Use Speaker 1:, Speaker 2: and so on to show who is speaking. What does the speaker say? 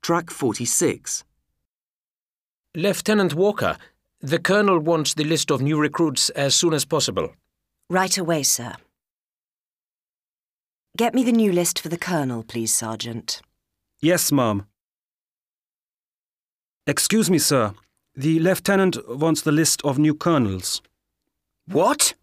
Speaker 1: Track 46.
Speaker 2: Lieutenant Walker, the Colonel wants the list of new recruits as soon as possible.
Speaker 3: Right away, sir. Get me the new list for the Colonel, please, Sergeant.
Speaker 4: Yes, ma'am. Excuse me, sir. The lieutenant wants the list of new colonels.
Speaker 5: What?